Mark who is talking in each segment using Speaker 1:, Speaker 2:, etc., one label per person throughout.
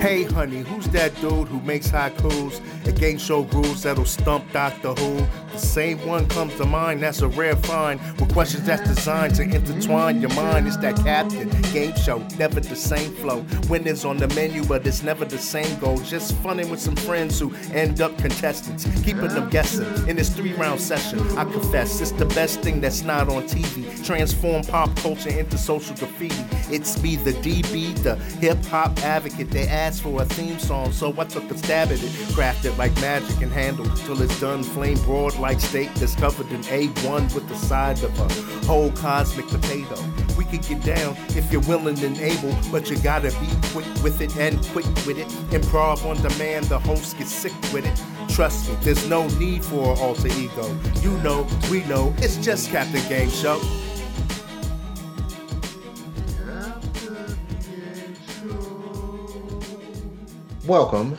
Speaker 1: Hey, honey, who's that dude who makes hot clues and game show rules that'll stump Doctor Who? The same one comes to mind, that's a rare find. With questions that's designed to intertwine your mind. It's that captain, game show, never the same flow. Winners on the menu, but it's never the same goal. Just funning with some friends who end up contestants, keeping them guessing. In this three round session, I confess, it's the best thing that's not on TV. Transform pop culture into social graffiti. It's me, the DB, the hip hop advocate. They asked for a theme song, so I took a stab at it. Crafted like magic and handled till it's done. Flame broad like steak that's covered in A1 with the side of a whole cosmic potato. We could get down if you're willing and able, but you gotta be quick with it and quick with it. Improv on demand, the host gets sick with it. Trust me, there's no need for an alter ego. You know, we know, it's just Captain Game Show.
Speaker 2: Welcome,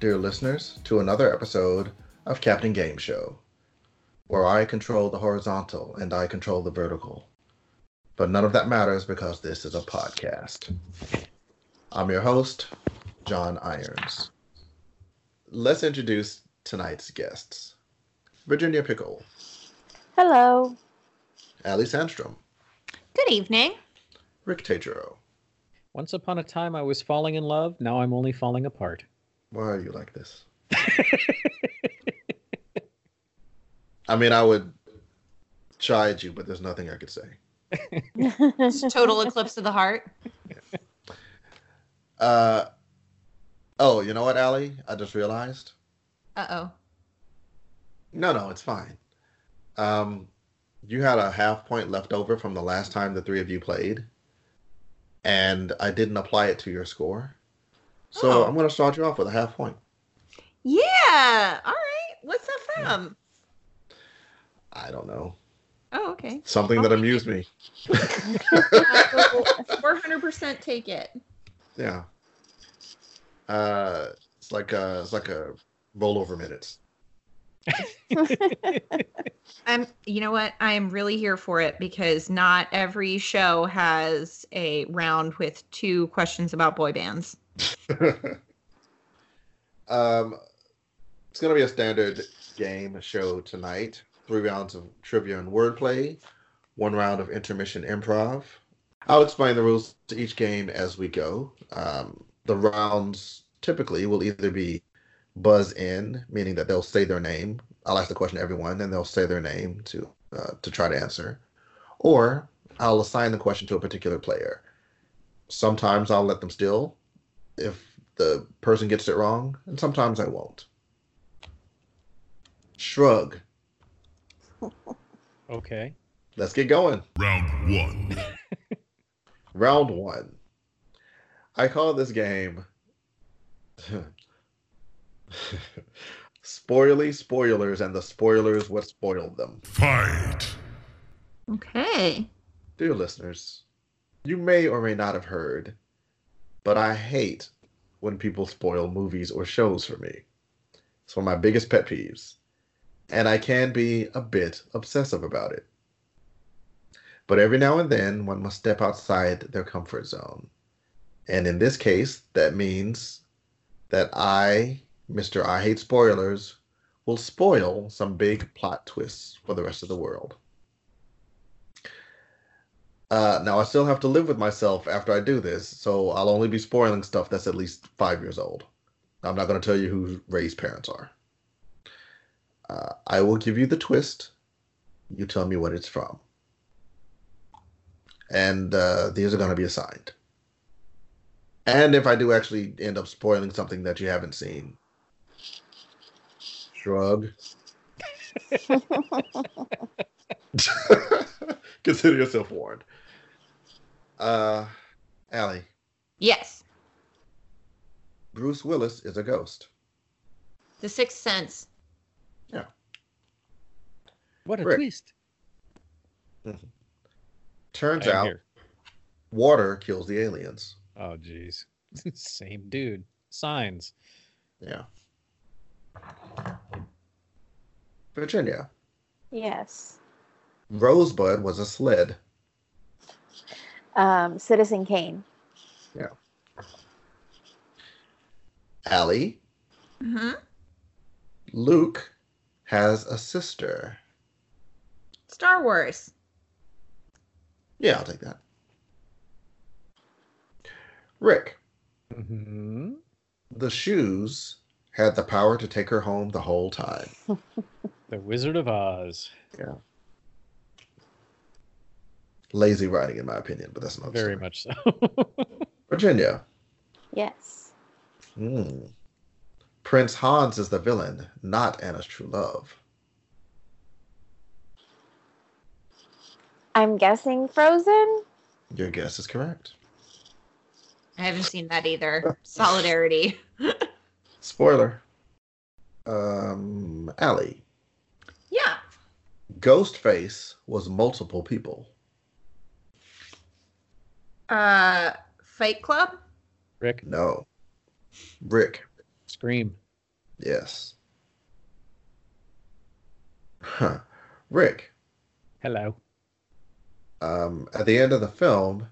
Speaker 2: dear listeners, to another episode of Captain Game Show, where I control the horizontal and I control the vertical. But none of that matters because this is a podcast. I'm your host, John Irons. Let's introduce tonight's guests Virginia Pickle,
Speaker 3: Hello.
Speaker 2: Ali Sandstrom,
Speaker 4: Good evening.
Speaker 2: Rick Tatro.
Speaker 5: Once upon a time, I was falling in love. Now I'm only falling apart.
Speaker 2: Why are you like this? I mean, I would chide you, but there's nothing I could say.
Speaker 4: It's total eclipse of the heart.
Speaker 2: Uh, oh, you know what, Allie? I just realized.
Speaker 4: Uh oh.
Speaker 2: No, no, it's fine. Um, you had a half point left over from the last time the three of you played, and I didn't apply it to your score. So
Speaker 4: Oh.
Speaker 2: I'm going to start you off with a half point.
Speaker 4: Yeah. All right. What's that from?
Speaker 2: I don't know.
Speaker 4: Oh, okay.
Speaker 2: Something that amused me.
Speaker 4: Uh, Four hundred percent take it.
Speaker 2: Yeah. Uh, it's like a, it's like a rollover minutes.
Speaker 4: I'm. You know what? I am really here for it because not every show has a round with two questions about boy bands.
Speaker 2: um, it's going to be a standard game show tonight. Three rounds of trivia and wordplay, one round of intermission improv. I'll explain the rules to each game as we go. Um, the rounds typically will either be buzz in, meaning that they'll say their name. I'll ask the question to everyone, and they'll say their name to uh, to try to answer, or I'll assign the question to a particular player. Sometimes I'll let them steal, if the person gets it wrong, and sometimes I won't. Shrug.
Speaker 5: Okay.
Speaker 2: Let's get going.
Speaker 1: Round one.
Speaker 2: Round one. I call this game Spoily Spoilers and the Spoilers What Spoiled Them.
Speaker 1: Fight.
Speaker 4: Okay.
Speaker 2: Dear listeners, you may or may not have heard, but I hate when people spoil movies or shows for me. It's one of my biggest pet peeves, and I can be a bit obsessive about it. But every now and then, one must step outside their comfort zone. And in this case, that means that I, Mr. I Hate Spoilers, will spoil some big plot twists for the rest of the world. Uh, now I still have to live with myself after I do this, so I'll only be spoiling stuff that's at least five years old. I'm not going to tell you who Ray's parents are. Uh, I will give you the twist. You tell me what it's from, and uh, these are going to be assigned. And if I do actually end up spoiling something that you haven't seen, shrug. Consider yourself warned. Uh, Allie,
Speaker 4: Yes.
Speaker 2: Bruce Willis is a ghost.
Speaker 4: The Sixth Sense.
Speaker 5: What a
Speaker 2: Rick.
Speaker 5: twist.
Speaker 2: Turns
Speaker 5: I'm
Speaker 2: out
Speaker 5: here.
Speaker 2: water kills the aliens.
Speaker 5: Oh, jeez. Same dude. Signs.
Speaker 2: Yeah. Virginia.
Speaker 3: Yes.
Speaker 2: Rosebud was a sled.
Speaker 3: Um, Citizen Kane.
Speaker 2: Allie.
Speaker 4: hmm
Speaker 2: Luke has a sister.
Speaker 4: Star Wars.
Speaker 2: Yeah, I'll take that. Rick.
Speaker 5: Mm-hmm.
Speaker 2: The shoes had the power to take her home the whole time.
Speaker 5: The Wizard of Oz.
Speaker 2: Lazy writing, in my opinion, but that's not
Speaker 5: Very much so.
Speaker 2: Virginia.
Speaker 3: Yes.
Speaker 2: Hmm. Prince Hans is the villain, not Anna's true love.
Speaker 3: I'm guessing Frozen.
Speaker 2: Your guess is correct.
Speaker 4: I haven't seen that either. Solidarity.
Speaker 2: Spoiler. Um, Allie.
Speaker 4: Yeah.
Speaker 2: Ghostface was multiple people.
Speaker 4: Uh, Fight Club.
Speaker 5: Rick,
Speaker 2: No. Rick.
Speaker 5: scream.
Speaker 2: Yes. Huh. Rick.
Speaker 5: Hello.
Speaker 2: Um, at the end of the film,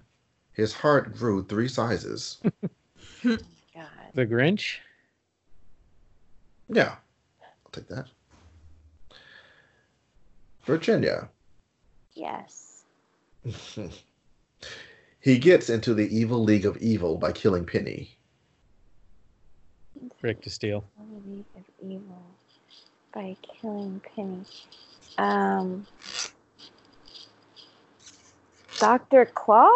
Speaker 2: his heart grew three sizes.
Speaker 3: God.
Speaker 5: The Grinch.
Speaker 2: yeah. I'll take that. Virginia.
Speaker 3: Yes.
Speaker 2: he gets into the evil league of evil by killing Penny.
Speaker 5: Rick to steal.
Speaker 3: Enemy of evil by killing Penny. Um, Doctor Claw.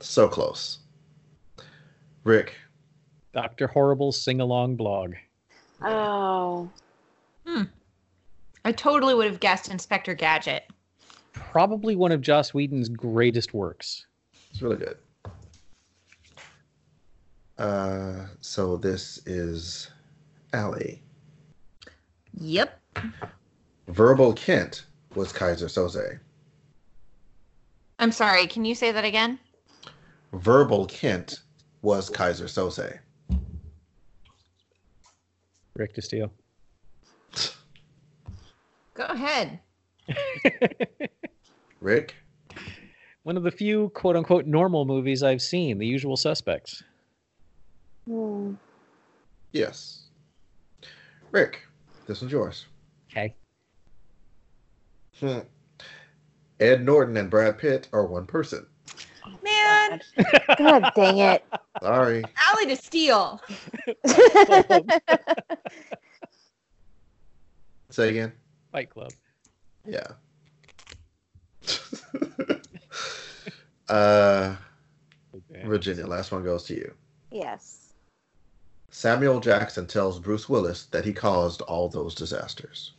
Speaker 2: So close. Rick,
Speaker 5: Dr. Horrible's sing along blog.
Speaker 3: Oh,
Speaker 4: I totally would have guessed Inspector Gadget.
Speaker 5: Probably one of Joss Whedon's greatest works.
Speaker 2: it's really good. Uh, so this is Allie.
Speaker 4: Yep.
Speaker 2: Verbal Kent was Kaiser Soze.
Speaker 4: I'm sorry. Can you say that again?
Speaker 2: Verbal Kent was Kaiser Soze.
Speaker 5: Rick to steal.
Speaker 4: Go ahead.
Speaker 2: Rick,
Speaker 5: One of the few quote unquote normal movies I've seen, The Usual Suspects.
Speaker 3: hmm.
Speaker 2: yes. Rick, this one's yours.
Speaker 5: Okay.
Speaker 2: Hmm. Ed Norton and Brad Pitt are one person.
Speaker 4: Man,
Speaker 3: God dang it.
Speaker 2: Sorry.
Speaker 4: Alley to Steal.
Speaker 2: Say again.
Speaker 5: Fight Club.
Speaker 2: Yeah. uh, Virginia, last one goes to you.
Speaker 3: yes.
Speaker 2: Samuel Jackson tells Bruce Willis that he caused all those disasters.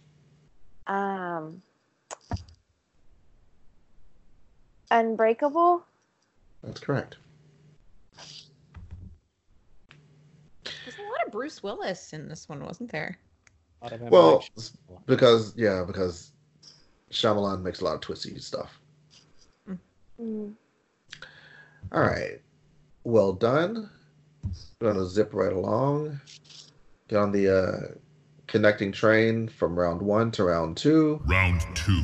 Speaker 3: Um, Unbreakable.
Speaker 2: That's correct.
Speaker 4: There's a lot of Bruce Willis in this one, wasn't there?
Speaker 5: Lot of
Speaker 2: Well,
Speaker 5: action.
Speaker 2: s- because yeah, because Shyamalan makes a lot of twisty stuff.
Speaker 3: Mm.
Speaker 2: All right. Well done. We're gonna zip right along. Get on the uh, connecting train from round one to round two.
Speaker 1: Round two.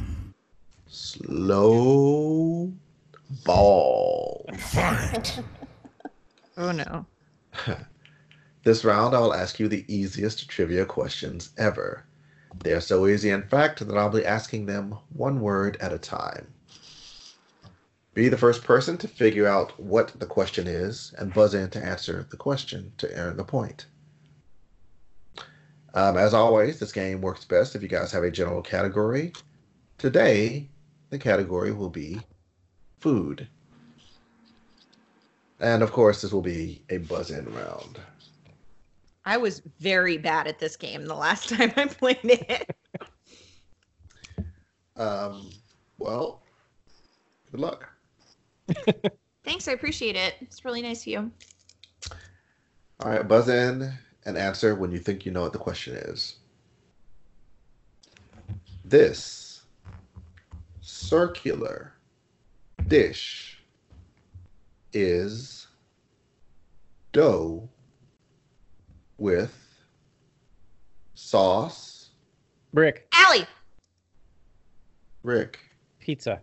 Speaker 2: Slow ball.
Speaker 1: Fight.
Speaker 4: Oh no.
Speaker 2: This round, I'll ask you the easiest trivia questions ever. They are so easy, in fact, that I'll be asking them one word at a time. Be the first person to figure out what the question is and buzz in to answer the question to earn the point. Um, as always, this game works best if you guys have a general category. Today, the category will be food. And of course, this will be a buzz in round.
Speaker 4: I was very bad at this game the last time I played it.
Speaker 2: Um, well, good luck.
Speaker 4: Thanks, I appreciate it. It's really nice of you.
Speaker 2: All right, buzz in and answer when you think you know what the question is. This circular dish is dough with sauce.
Speaker 5: Brick
Speaker 4: Allie.
Speaker 2: Rick,
Speaker 5: pizza.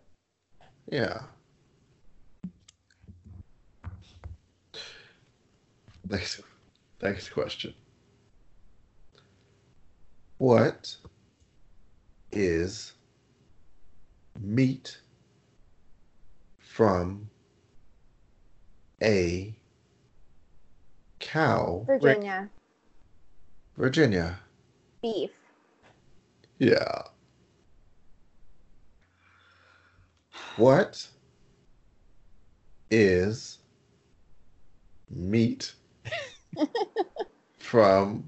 Speaker 2: yeah. Next, next question. What is meat from a cow?
Speaker 3: Virginia.
Speaker 2: Virginia.
Speaker 3: Beef.
Speaker 2: Yeah. What is meat from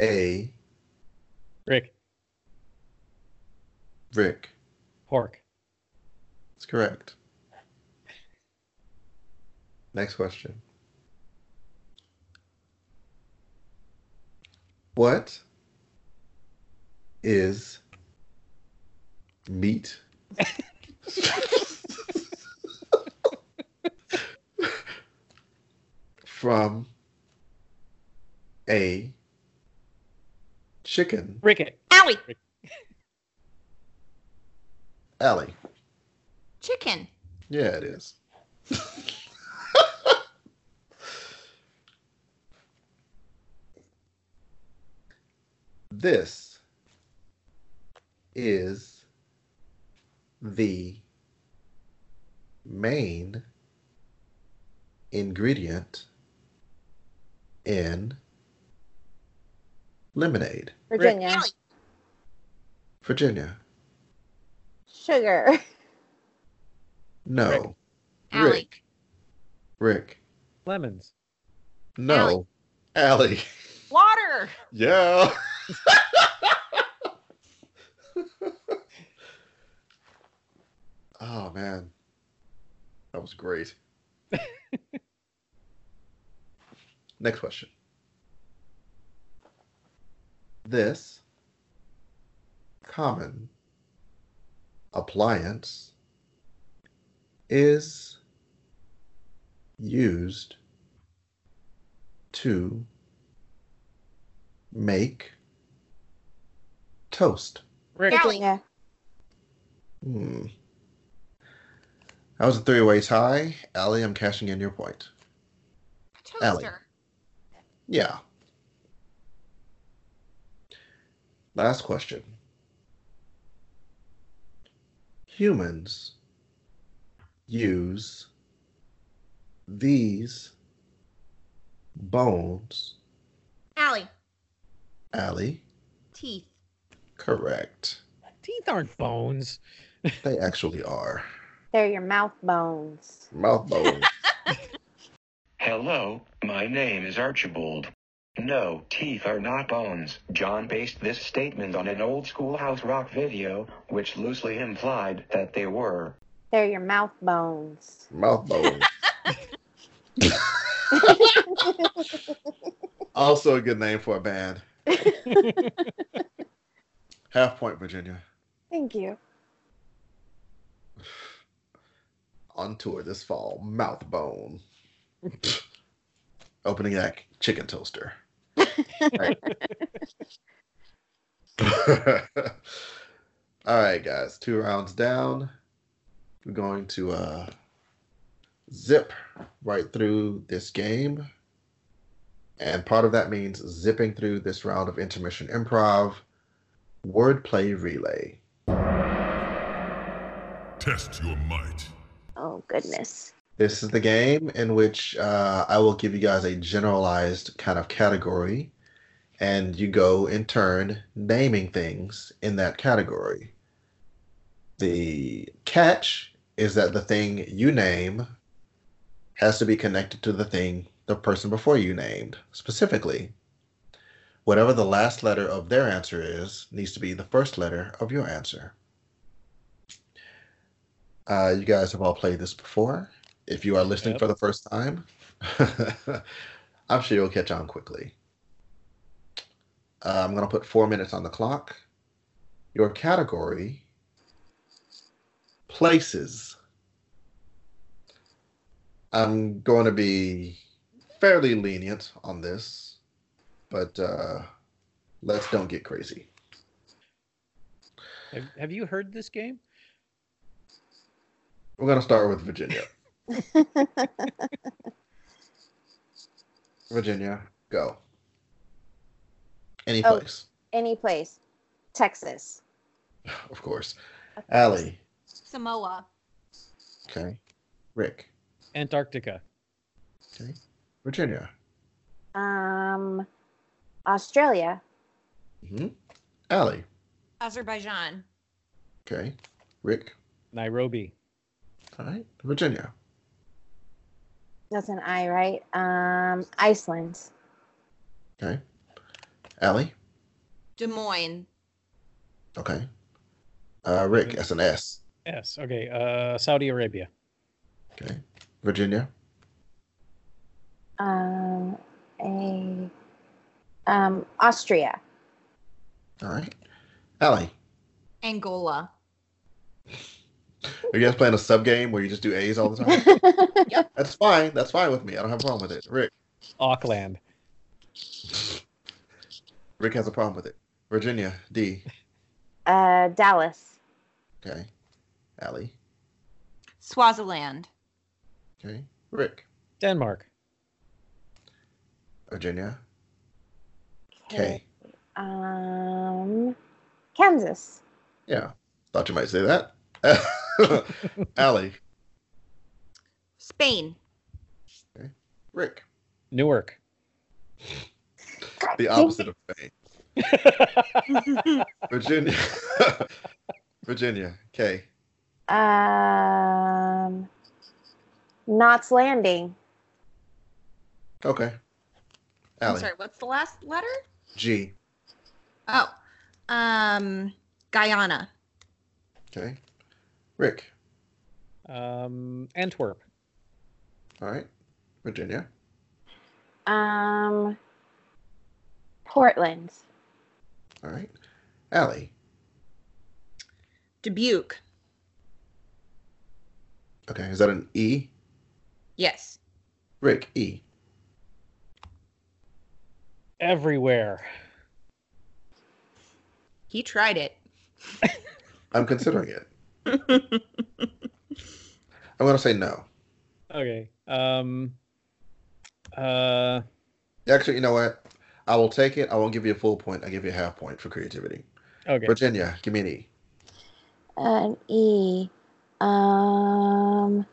Speaker 2: a
Speaker 5: Rick
Speaker 2: Rick?
Speaker 5: pork.
Speaker 2: That's correct. Next question. What is meat? From a chicken
Speaker 5: Ricket.
Speaker 4: Allie.
Speaker 2: alley.
Speaker 4: Chicken.
Speaker 2: Yeah, it is. this is the main ingredient in lemonade.
Speaker 3: Virginia.
Speaker 4: Allie.
Speaker 2: Virginia.
Speaker 3: Sugar.
Speaker 2: No.
Speaker 4: Allie.
Speaker 2: Rick. Rick.
Speaker 5: Lemons.
Speaker 2: No. Allie.
Speaker 4: Water.
Speaker 2: Yeah. oh man. That was great. Next question. This common appliance is used to make toast.
Speaker 5: Rick.
Speaker 4: Allie.
Speaker 3: Virginia.
Speaker 2: Hmm. That was a three-way tie. Allie, I'm cashing in your point.
Speaker 4: Toaster.
Speaker 2: Allie. Yeah. Last question. Humans use these bones,
Speaker 4: Allie.
Speaker 2: Allie.
Speaker 4: Teeth.
Speaker 2: Correct.
Speaker 5: Teeth aren't bones.
Speaker 2: They actually are.
Speaker 3: They're your mouth bones.
Speaker 2: Mouth bones.
Speaker 6: Hello, my name is Archibald. No, teeth are not bones. John based this statement on an old schoolhouse rock video, which loosely implied that they were.
Speaker 3: They're your mouth bones.
Speaker 2: Mouth bones. also a good name for a band. Half Point, Virginia.
Speaker 3: Thank you.
Speaker 2: On tour this fall. Mouth bone. Opening act chicken toaster. Right. All right, guys. Two rounds down. We're going to uh, zip right through this game. And part of that means zipping through this round of intermission improv, wordplay relay.
Speaker 7: Test your might.
Speaker 3: Oh goodness.
Speaker 2: This is the game in which uh, I will give you guys a generalized kind of category, and you go in turn naming things in that category. The catch is that the thing you name has to be connected to the thing the person before you named specifically. Whatever the last letter of their answer is needs to be the first letter of your answer. Uh, you guys have all played this before. If you are listening
Speaker 5: Yep.
Speaker 2: for the first time, I'm sure you'll catch on quickly. Uh, I'm going to put four minutes on the clock. Your category, places. I'm going to be fairly lenient on this, but uh, let's don't get crazy.
Speaker 5: Have, have you heard this game?
Speaker 2: We're going to start with Virginia. Virginia, go. Any
Speaker 3: Oh.
Speaker 2: place,
Speaker 3: Any place. Texas.
Speaker 2: of course. Allie,
Speaker 4: Samoa.
Speaker 2: okay. Rick,
Speaker 5: Antarctica.
Speaker 2: Virginia,
Speaker 3: Um, Australia.
Speaker 2: hmm Allie,
Speaker 4: Azerbaijan.
Speaker 2: okay. Rick,
Speaker 5: Nairobi.
Speaker 2: all right. Virginia,
Speaker 3: That's an I, right? Um, Iceland.
Speaker 2: okay. Allie,
Speaker 4: Des Moines.
Speaker 2: okay. Uh, Rick, S and S,
Speaker 5: Yes. Okay. Uh, Saudi Arabia.
Speaker 2: okay. Virginia,
Speaker 3: Um, a, um, Austria.
Speaker 2: all right. Allie,
Speaker 4: Angola.
Speaker 2: are you guys playing a sub game where you just do A's all the time? That's fine. That's fine with me. I don't have a problem with it. Rick,
Speaker 5: Auckland.
Speaker 2: Rick has a problem with it. Virginia, D,
Speaker 3: uh, Dallas.
Speaker 2: okay. Allie,
Speaker 4: Swaziland.
Speaker 2: okay. Rick,
Speaker 5: Denmark.
Speaker 2: Virginia,
Speaker 3: Okay.
Speaker 2: K.
Speaker 3: Um, Kansas.
Speaker 2: Yeah, thought you might say that. Allie,
Speaker 4: Spain.
Speaker 2: Rick,
Speaker 5: Newark.
Speaker 3: God
Speaker 2: the
Speaker 3: dang it.
Speaker 2: opposite of Spain. Virginia, Virginia, K.
Speaker 3: Um, Knots Landing.
Speaker 2: Okay.
Speaker 4: I'm
Speaker 2: Allie,
Speaker 4: sorry, what's the last letter?
Speaker 2: G.
Speaker 4: Oh. Um Guyana.
Speaker 2: Okay. Rick.
Speaker 5: Um, Antwerp.
Speaker 2: All right. Virginia.
Speaker 3: Um, Portland.
Speaker 2: All right. Allie.
Speaker 4: Dubuque.
Speaker 2: Okay. Is that an E?
Speaker 4: Yes.
Speaker 2: Rick. E.
Speaker 5: Everywhere.
Speaker 4: He tried it.
Speaker 2: I'm considering it. I'm gonna say no.
Speaker 5: Okay. Um. Uh.
Speaker 2: Actually, you know what? I will take it. I won't give you a full point. I'll give you a half point for creativity.
Speaker 5: Okay.
Speaker 2: Virginia, give me an E.
Speaker 3: An E. Um,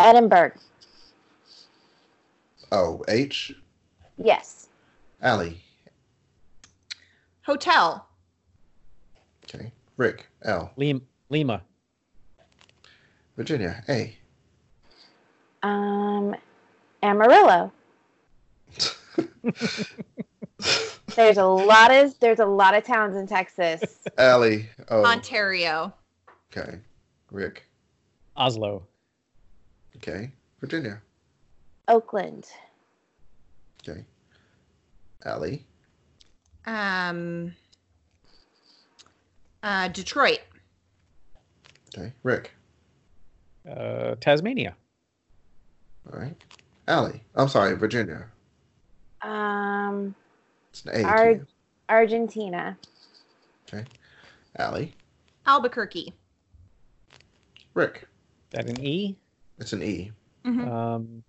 Speaker 3: Edinburgh.
Speaker 2: Oh, H.
Speaker 3: Yes.
Speaker 2: Allie.
Speaker 4: Hotel.
Speaker 2: Okay. Rick. L.
Speaker 5: Lim- Lima.
Speaker 2: Virginia. A.
Speaker 3: Um, Amarillo. There's a lot of there's a lot of towns in Texas.
Speaker 2: Allie. O.
Speaker 4: Ontario.
Speaker 2: Okay. Rick.
Speaker 5: Oslo.
Speaker 2: Okay. Virginia.
Speaker 3: Oakland.
Speaker 2: Okay. Allie.
Speaker 4: Um uh Detroit.
Speaker 2: Okay. Rick.
Speaker 5: Uh, Tasmania.
Speaker 2: All right. Allie. I'm sorry, Virginia.
Speaker 3: Um,
Speaker 2: It's an A.
Speaker 3: Ar-
Speaker 2: too.
Speaker 3: Argentina.
Speaker 2: Okay. Allie.
Speaker 4: Albuquerque.
Speaker 2: Rick.
Speaker 5: That an E.
Speaker 2: It's an E.
Speaker 4: Mhm.
Speaker 5: Um.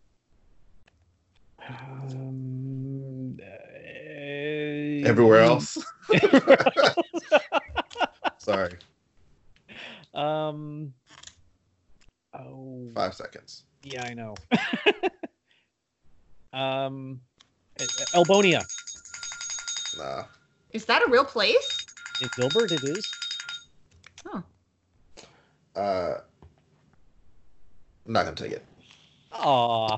Speaker 5: um, uh,
Speaker 2: Everywhere else.
Speaker 5: everywhere else.
Speaker 2: sorry.
Speaker 5: um. Oh.
Speaker 2: Five seconds.
Speaker 5: Yeah, I know. um, El- Elbonia.
Speaker 2: Nah.
Speaker 4: Is that a real place?
Speaker 5: In Gilbert, it is.
Speaker 2: Uh. I'm not gonna take it.
Speaker 5: Aw.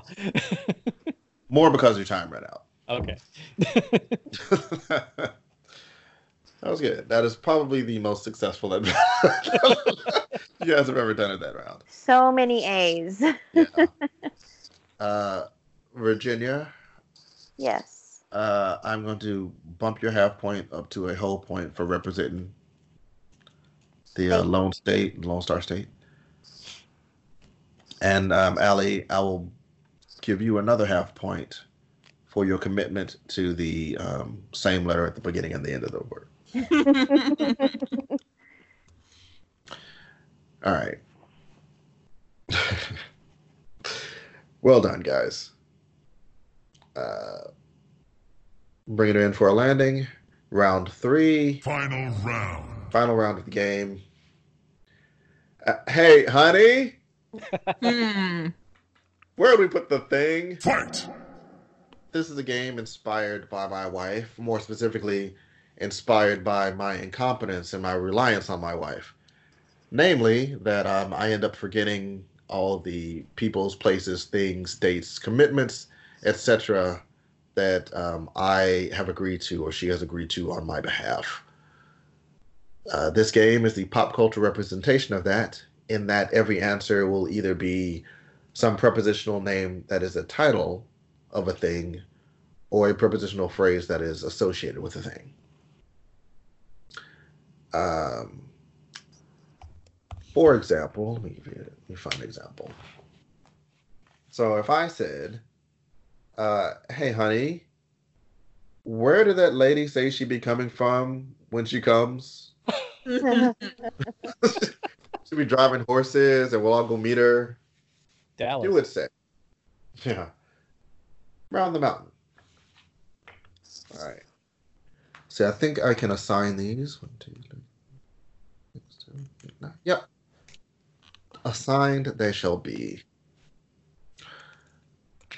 Speaker 2: More because your time ran out.
Speaker 5: okay.
Speaker 2: that was good. That is probably the most successful that you guys have ever done in that round.
Speaker 3: So many A's.
Speaker 2: Yeah. uh, Virginia,
Speaker 3: Yes.
Speaker 2: uh, I'm going to bump your half point up to a whole point for representing the uh, Lone State, Lone Star State. And um, Allie, I will give you another half point for your commitment to the um, same letter at the beginning and the end of the word. All right. well done, guys. Uh, bring it in for a landing. Round three,
Speaker 7: Final round.
Speaker 2: final round of the game. Uh, hey, honey,
Speaker 4: Hmm.
Speaker 2: where would we put the thing?
Speaker 7: Fight!
Speaker 2: This is a game inspired by my wife, more specifically, inspired by my incompetence and my reliance on my wife. Namely, that um, I end up forgetting all the people's, places, things, dates, commitments, etc., that um, I have agreed to or she has agreed to on my behalf. Uh, this game is the pop culture representation of that, in that every answer will either be some prepositional name that is a title of a thing or a prepositional phrase that is associated with a thing. Um, for example, let me give you, let me find an example. So if I said, uh, "Hey, honey, where did that lady say she be coming from when she comes? she be driving horses, and we'll all go meet her."
Speaker 5: Dallas.
Speaker 2: You would say. Yeah. Round the mountain. All right. See, I think I can assign these. One, two, three, six, seven, eight, nine. Yep. Assigned they shall be.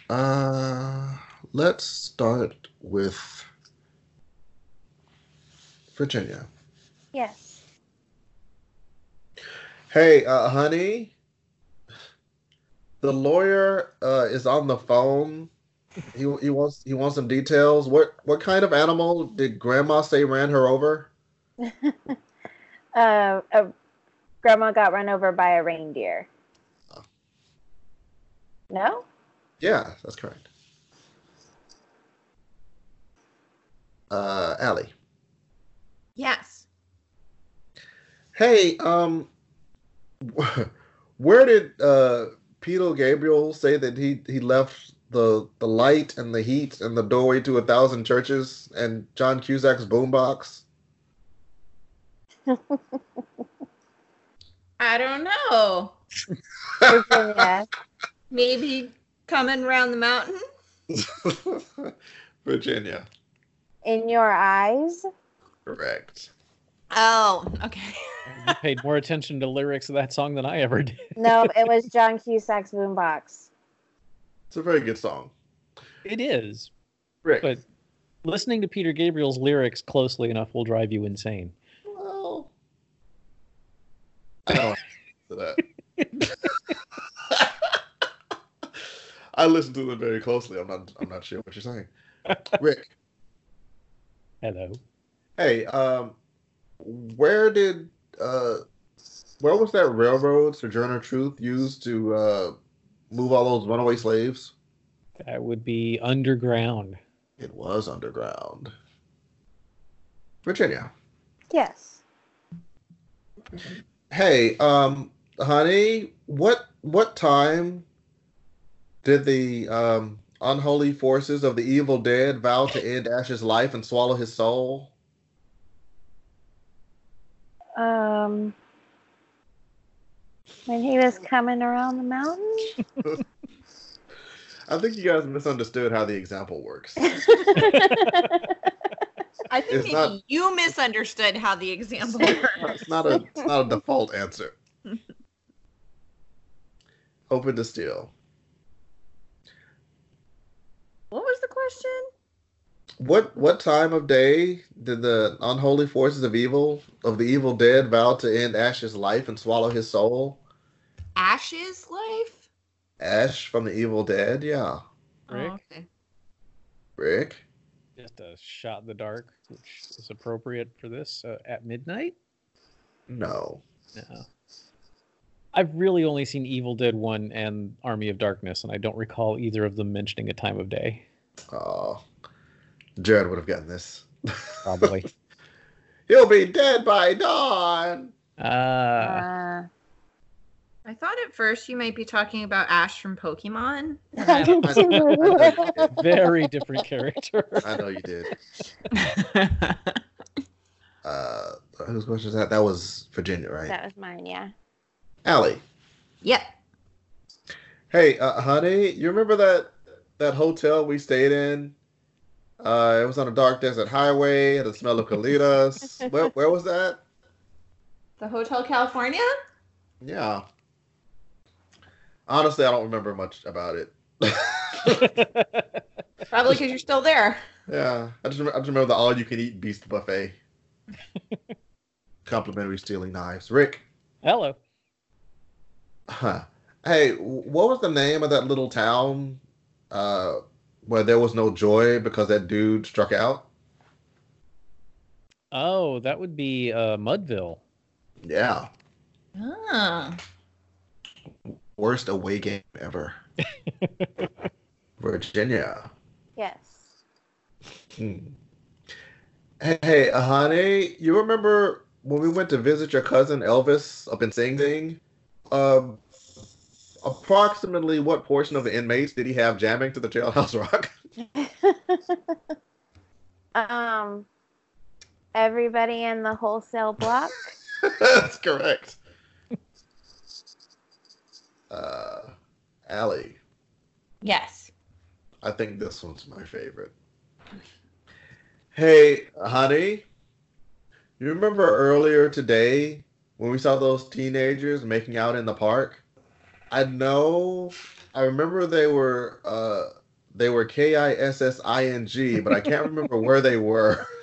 Speaker 2: Uh, let's start with Virginia.
Speaker 3: yes.
Speaker 2: Hey, uh, honey, the lawyer uh, is on the phone. He he wants he wants some details. What what kind of animal did Grandma say ran her over?
Speaker 3: Uh, uh, grandma got run over by a reindeer. No?
Speaker 2: Yeah, that's correct. Uh, Allie.
Speaker 4: Yes.
Speaker 2: Hey, um, where did uh Peter Gabriel say that he he left the the light and the heat and the doorway to a thousand churches and John Cusack's boombox?
Speaker 4: I don't know.
Speaker 3: Virginia.
Speaker 4: Maybe coming round the mountain.
Speaker 2: Virginia.
Speaker 3: In your eyes?
Speaker 2: Correct.
Speaker 4: Oh, okay.
Speaker 5: You paid more attention to lyrics of that song than I ever did.
Speaker 3: No, it was John Cusack's boombox.
Speaker 2: It's a very good song.
Speaker 5: It is,
Speaker 2: Rick.
Speaker 5: but listening to Peter Gabriel's lyrics closely enough will drive you insane.
Speaker 2: well, I don't have to that. I listen to them very closely. I'm not. I'm not sure what you're saying. Rick.
Speaker 5: Hello.
Speaker 2: Hey. Um. Where did uh, where was that railroad Sojourner Truth used to uh, move all those runaway slaves?
Speaker 5: That would be underground.
Speaker 2: It was underground. Virginia.
Speaker 3: Yes.
Speaker 2: hey um honey what what time did the um unholy forces of the evil dead vow to end ash's life and swallow his soul
Speaker 3: Um, when he was coming around the mountain?
Speaker 2: i think you guys misunderstood how the example works
Speaker 4: I think
Speaker 2: It's
Speaker 4: maybe
Speaker 2: not-
Speaker 4: you misunderstood how the example works.
Speaker 2: it's not a it's not a default answer open to steal
Speaker 4: what was the question?
Speaker 2: what what time of day did the unholy forces of evil of the evil dead vow to end ash's life and swallow his soul
Speaker 4: Ash's life?
Speaker 2: ash from the evil dead yeah
Speaker 5: Rick?
Speaker 4: Oh, okay.
Speaker 2: rick
Speaker 5: Just a shot in the dark, which is appropriate for this uh, at midnight.
Speaker 2: No.
Speaker 5: No. I've really only seen Evil Dead 1 and Army of Darkness, and I don't recall either of them mentioning a time of day,
Speaker 2: Oh. Jared would have gotten this.
Speaker 5: probably.
Speaker 2: He'll be dead by dawn.
Speaker 5: uh,
Speaker 3: Uh,
Speaker 4: I thought at first you might be talking about Ash from Pokemon.
Speaker 3: I did
Speaker 2: I know, I know you
Speaker 3: too.
Speaker 2: did.
Speaker 5: Very different character.
Speaker 2: I know you did. Uh, whose question is that? That was Virginia, right?
Speaker 3: that was mine, yeah.
Speaker 2: Allie.
Speaker 4: yep.
Speaker 2: Hey, uh, honey, you remember that that hotel we stayed in? Uh, it was on a dark desert highway. Had the smell of colitas. where, where was that?
Speaker 4: The Hotel California?
Speaker 2: Yeah. Honestly, I don't remember much about it.
Speaker 4: Probably because you're still there.
Speaker 2: yeah, I just, rem- I just remember the all-you-can-eat beast buffet. Complimentary stealing knives, Rick.
Speaker 5: Hello.
Speaker 2: Huh. Hey, what was the name of that little town uh, where there was no joy because that dude struck out?
Speaker 5: Oh, that would be uh, Mudville.
Speaker 2: Yeah,
Speaker 4: Ah.
Speaker 2: worst away game ever. Virginia.
Speaker 3: Yes.
Speaker 2: Hmm. Hey, hey, uh, honey, you remember when we went to visit your cousin Elvis up in Sing Sing? Um, approximately what portion of the inmates did he have jamming to the Jailhouse Rock?
Speaker 3: um, everybody in the wholesale block.
Speaker 2: That's correct. Uh, Allie,
Speaker 4: Yes.
Speaker 2: I think this one's my favorite. Hey, honey, you remember earlier today when we saw those teenagers making out in the park? I know, I remember they were uh, they were K I S S I N G, but I can't remember where they were.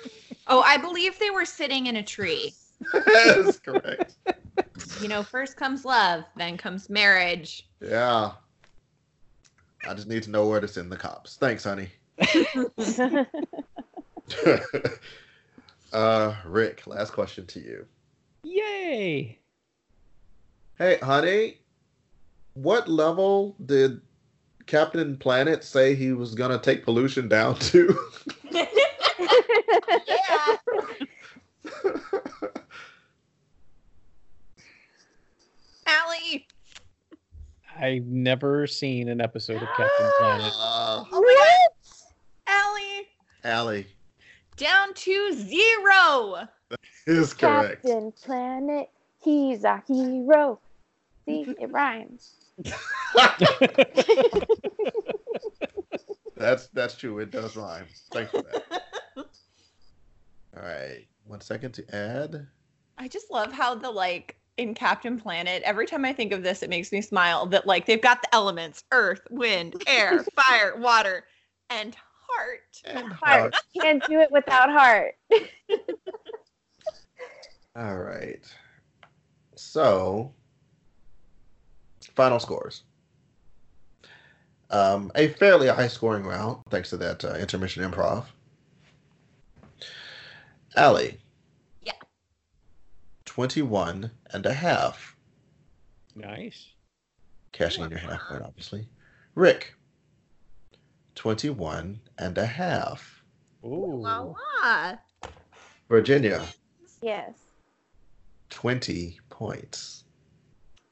Speaker 4: Oh, I believe they were sitting in a tree.
Speaker 2: That's correct.
Speaker 4: You know, first comes love, then comes marriage.
Speaker 2: Yeah. I just need to know where to send the cops. Thanks, honey. uh, Rick, last question to you.
Speaker 5: Yay.
Speaker 2: Hey, honey, what level did Captain Planet say he was gonna take pollution down to?
Speaker 4: Yeah. Allie.
Speaker 5: I've never seen an episode of Captain Planet.
Speaker 2: uh,
Speaker 4: Oh my God. Allie.
Speaker 2: Allie
Speaker 4: Down to zero.
Speaker 2: is correct.
Speaker 3: Captain Planet, he's a hero. See, it rhymes.
Speaker 2: That's that's true. It does rhyme. Thanks for that. All right, one second to add.
Speaker 4: I just love how the like in Captain Planet, every time I think of this, it makes me smile that like they've got the elements earth, wind, air, fire, water, and heart.
Speaker 2: And
Speaker 3: Heart.
Speaker 5: Uh,
Speaker 3: Can't do it without heart.
Speaker 2: All right. So, final scores. Um, a fairly high scoring round, thanks to that uh, intermission improv. Allie.
Speaker 4: Yeah.
Speaker 2: 21 and a half.
Speaker 5: Nice.
Speaker 2: Cashing in your half point, obviously. Rick. 21 and a half.
Speaker 5: Ooh.
Speaker 4: La la.
Speaker 2: Virginia.
Speaker 3: Yes.
Speaker 2: 20 points.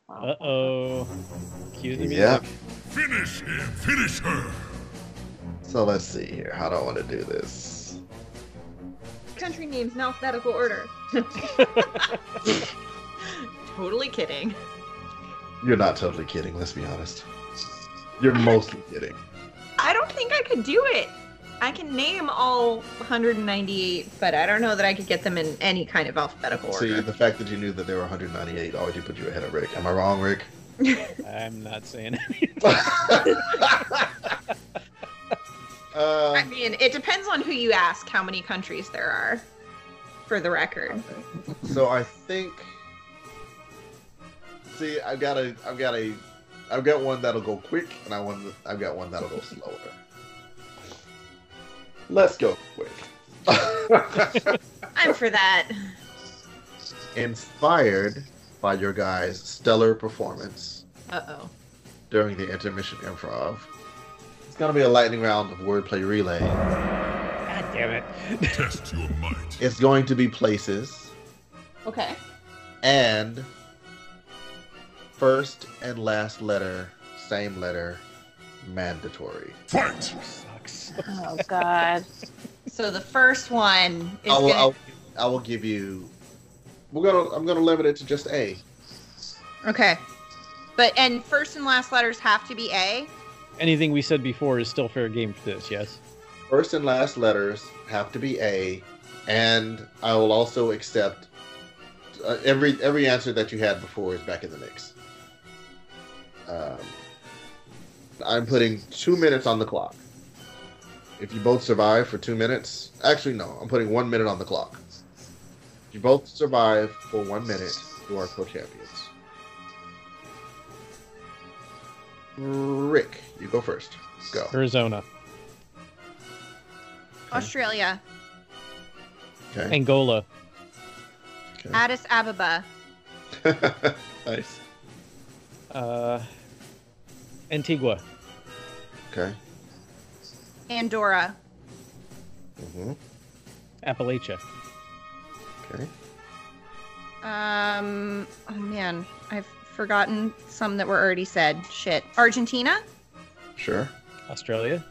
Speaker 5: Uh oh. Cue the music.
Speaker 2: Yep.
Speaker 7: Finish him! Finish her!
Speaker 2: So let's see here. How do I want to do this?
Speaker 4: Country names in alphabetical order. totally kidding.
Speaker 2: You're not totally kidding, let's be honest. You're mostly kidding.
Speaker 4: I don't think I could do it. I can name all 198, but I don't know that I could get them in any kind of alphabetical
Speaker 2: See,
Speaker 4: order.
Speaker 2: the fact that you knew that there were 198 already put you ahead of Rick. Am I wrong, Rick?
Speaker 5: I'm not saying anything.
Speaker 2: uh,
Speaker 4: I mean, it depends on who you ask how many countries there are, for the record.
Speaker 2: so I think. See, I've got a, I've got a, I've got one that'll go quick, and I want, I've got one that'll go slower. Let's go quick.
Speaker 4: I'm for that.
Speaker 2: Inspired by your guys' stellar performance,
Speaker 4: Uh oh.
Speaker 2: during the intermission improv. It's gonna be a lightning round of wordplay relay.
Speaker 5: God damn it.
Speaker 7: Test your might.
Speaker 2: It's going to be places
Speaker 4: Okay.
Speaker 2: and First and last letter, same letter, mandatory.
Speaker 7: Fight!
Speaker 5: Sucks.
Speaker 3: Oh God.
Speaker 4: So the first one is
Speaker 2: I will,
Speaker 4: gonna-
Speaker 2: I'll, I will give you. We're gonna. I'm gonna limit it to just A.
Speaker 4: okay, but and first and last letters have to be A.
Speaker 5: Anything we said before is still fair game for this, yes?
Speaker 2: First and last letters have to be A, and I will also accept uh, every every answer that you had before is back in the mix. Um, I'm putting two minutes on the clock. If you both survive for two minutes, actually no, I'm putting one minute on the clock. If you both survive for one minute, you are co-champions. Rick, you go first. Go.
Speaker 5: Arizona,
Speaker 4: Australia,
Speaker 2: Okay.
Speaker 5: Angola,
Speaker 2: okay.
Speaker 4: Addis Ababa,
Speaker 2: nice.
Speaker 5: uh, Antigua,
Speaker 2: Okay.
Speaker 4: Andorra,
Speaker 2: hmm
Speaker 5: Appalachia,
Speaker 2: Okay.
Speaker 4: Um, oh man, I've forgotten some that were already said. Shit. Argentina,
Speaker 2: Sure.
Speaker 5: Australia,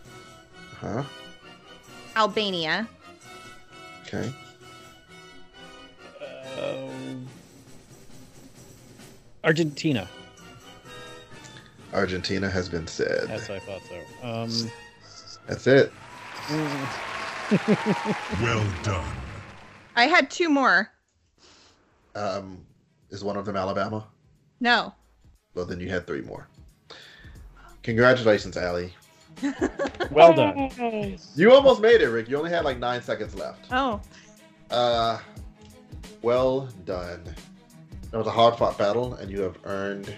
Speaker 2: Huh.
Speaker 4: Albania,
Speaker 2: Okay.
Speaker 5: uh, Argentina.
Speaker 2: Argentina has been said.
Speaker 5: That's what I thought so. Um,
Speaker 2: That's it.
Speaker 5: mm,
Speaker 7: Well done.
Speaker 4: I had two more.
Speaker 2: Um, is one of them Alabama?
Speaker 4: No.
Speaker 2: Well, then you had three more. Congratulations, Allie.
Speaker 5: well done.
Speaker 3: Yay.
Speaker 2: You almost made it, Rick. You only had like nine seconds left.
Speaker 4: Oh.
Speaker 2: Uh, well done. That was a hard fought battle, and you have earned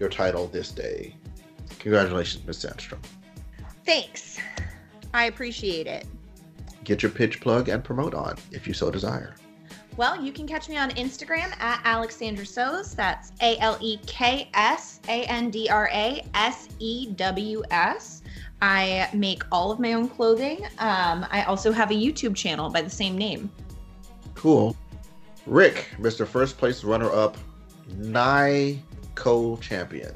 Speaker 2: your title this day. Congratulations, Miss Sandstrom.
Speaker 4: Thanks. I appreciate it.
Speaker 2: Get your pitch plug and promote on if you so desire.
Speaker 4: Well, you can catch me on Instagram at Alexandra Sows. That's A L E K S A N D R A S E W S. I make all of my own clothing. Um, I also have a YouTube channel by the same name.
Speaker 2: Cool. Rick, Mr. First Place Runner Up, Nye Co Champion.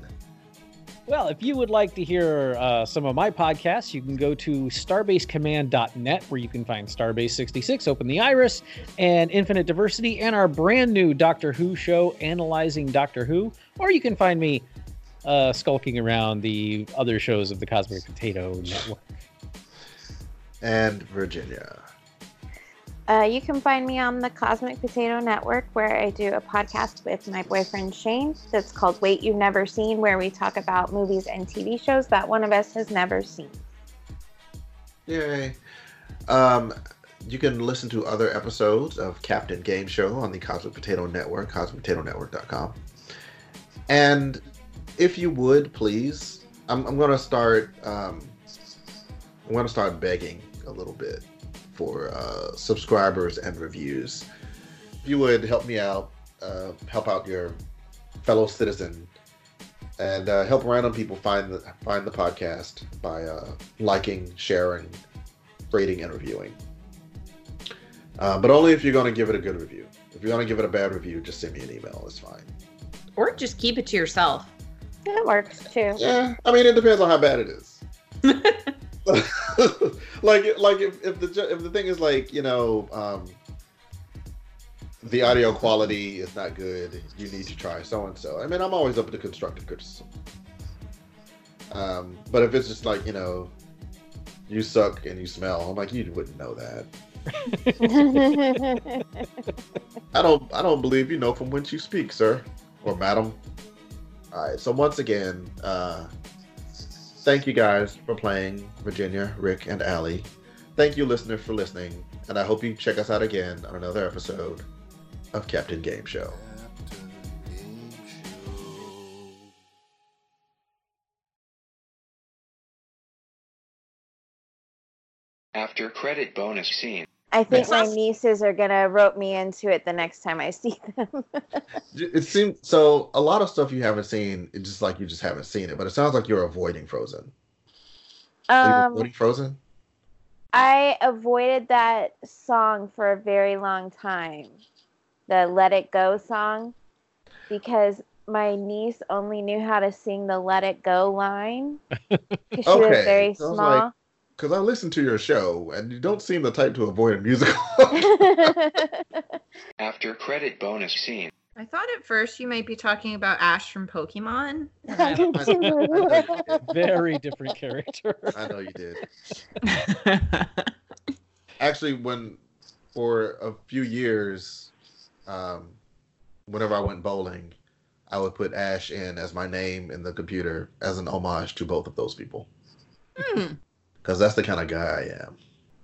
Speaker 5: Well, if you would like to hear uh, some of my podcasts, you can go to starbasecommand.net where you can find Starbase 66, Open the Iris, and Infinite Diversity, and our brand new Doctor Who show, Analyzing Doctor Who. Or you can find me uh, skulking around the other shows of the Cosmic Potato Network.
Speaker 2: and Virginia.
Speaker 3: Uh, you can find me on the Cosmic Potato Network, where I do a podcast with my boyfriend Shane that's called Wait You've Never Seen, where we talk about movies and TV shows that one of us has never seen.
Speaker 2: Yay. Um, you can listen to other episodes of Captain Game Show on the Cosmic Potato Network, cosmicpotatonetwork.com. And if you would, please, I'm, I'm going to start. Um, I'm going to start begging a little bit for uh, subscribers and reviews. If you would help me out, uh, help out your fellow citizen, and uh, help random people find the find the podcast by uh, liking, sharing, rating, and reviewing. Uh, but only if you're going to give it a good review. If you're going to give it a bad review, just send me an email. It's fine.
Speaker 4: Or just keep it to yourself.
Speaker 3: It works too.
Speaker 2: Yeah, I mean, it depends on how bad it is. like, like if, if the ju- if the thing is like you know, um, the audio quality is not good. You need to try so and so. I mean, I'm always open to constructive criticism. Um, but if it's just like you know, you suck and you smell, I'm like you wouldn't know that. I don't I don't believe you know from whence you speak, sir or madam. All right. So once again, uh, thank you guys for playing Virginia, Rick, and Allie. Thank you, listener, for listening, and I hope you check us out again on another episode of Captain Game Show.
Speaker 6: After credit bonus scene.
Speaker 3: I think
Speaker 4: Yes.
Speaker 3: my nieces are gonna rope me into it the next time I see them.
Speaker 2: It seems so. A lot of stuff you haven't seen. It's just like you just haven't seen it, but it sounds like you're avoiding Frozen. Are you
Speaker 3: um,
Speaker 2: avoiding Frozen?
Speaker 3: I avoided that song for a very long time, the "Let It Go" song, because my niece only knew how to sing the "Let It Go" line because she was very
Speaker 2: sounds
Speaker 3: small.
Speaker 2: like- Because I listened to your show, and you don't seem the type to avoid a musical.
Speaker 6: After credit bonus scene.
Speaker 4: I thought at first you might be talking about Ash from Pokemon.
Speaker 3: I did too.
Speaker 5: Very different character.
Speaker 2: I know you did. Actually, when for a few years, um, whenever I went bowling, I would put Ash in as my name in the computer as an homage to both of those people.
Speaker 4: Hmm.
Speaker 2: Because that's the kind of guy I am.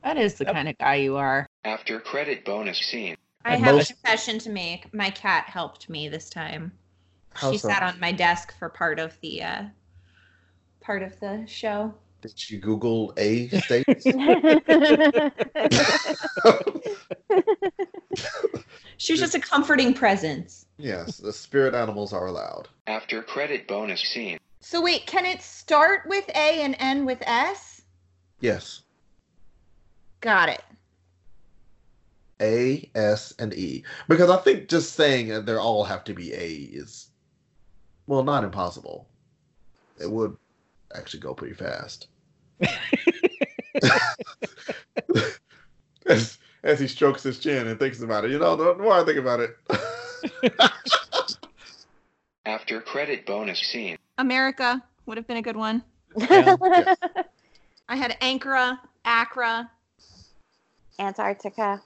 Speaker 8: That is the
Speaker 5: Yep.
Speaker 8: kind of guy you are.
Speaker 6: After credit bonus scene.
Speaker 4: I
Speaker 2: And
Speaker 4: have
Speaker 2: most-
Speaker 4: a confession to make. My cat helped me this time.
Speaker 2: How
Speaker 4: she
Speaker 2: so?
Speaker 4: sat on my desk for part of the uh, part of the show.
Speaker 2: Did she Google A states?
Speaker 4: She was just a comforting presence.
Speaker 2: yes, the spirit animals are allowed.
Speaker 6: After credit bonus scene.
Speaker 4: So wait, can it start with A and end with S?
Speaker 2: Yes,
Speaker 4: Got it.
Speaker 2: A, S, and E. Because I think just saying that they all have to be A is, well, not impossible. It would actually go pretty fast. as, as he strokes his chin and thinks about it, you know, the more I think about it,
Speaker 6: After credit bonus scene.
Speaker 4: America would have been a good one. I had Ankara, Accra.
Speaker 3: Antarctica.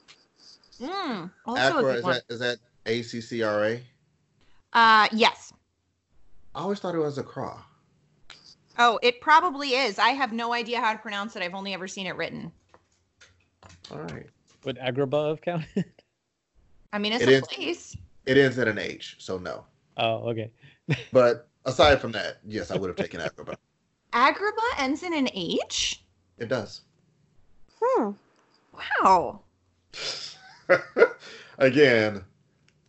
Speaker 4: Mm, also a
Speaker 2: Accra,
Speaker 4: good
Speaker 2: is
Speaker 4: one.
Speaker 2: that, is that ACCRA?
Speaker 4: Uh, yes.
Speaker 2: I always thought it was Accra.
Speaker 4: Oh, it probably is. I have no idea how to pronounce it. I've only ever seen it written.
Speaker 2: All right.
Speaker 5: Would Agrabah count?
Speaker 4: I mean, it's
Speaker 2: It
Speaker 4: a
Speaker 2: is.
Speaker 4: place.
Speaker 2: It ends in an H, so no.
Speaker 5: Oh, okay.
Speaker 2: But aside from that, yes, I would have taken Accra. but
Speaker 4: Agrabah ends in an H.
Speaker 2: It does.
Speaker 3: Hmm.
Speaker 4: Wow.
Speaker 2: Again,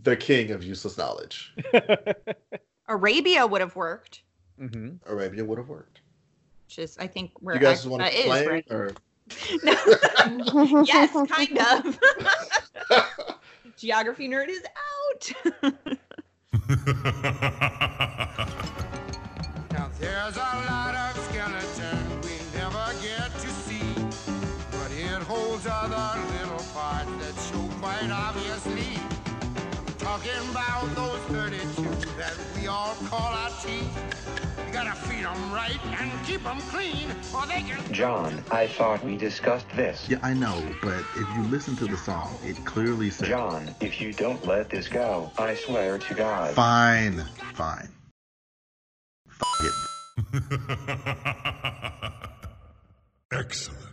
Speaker 2: the king of useless knowledge.
Speaker 4: Arabia would have worked,
Speaker 5: hmm
Speaker 2: Arabia would have worked.
Speaker 4: which is, I think, where
Speaker 2: you guys
Speaker 4: Agrabah
Speaker 2: want to
Speaker 4: is.
Speaker 2: explain?
Speaker 4: right?
Speaker 2: Or...
Speaker 4: No. yes, kind of. Geography nerd is out.
Speaker 9: Now there's a lot of skeleton we never get to see, but it holds other little parts that show quite obviously. Talking about those 32 that we all call our teeth. You gotta feed 'em right and keep 'em clean, or they can.
Speaker 6: John, I thought we discussed this.
Speaker 2: Yeah, I know, but if you listen to the song, it clearly says.
Speaker 6: John, if you don't let this go, I swear to God.
Speaker 2: Fine, fine. F- it.
Speaker 7: Excellent.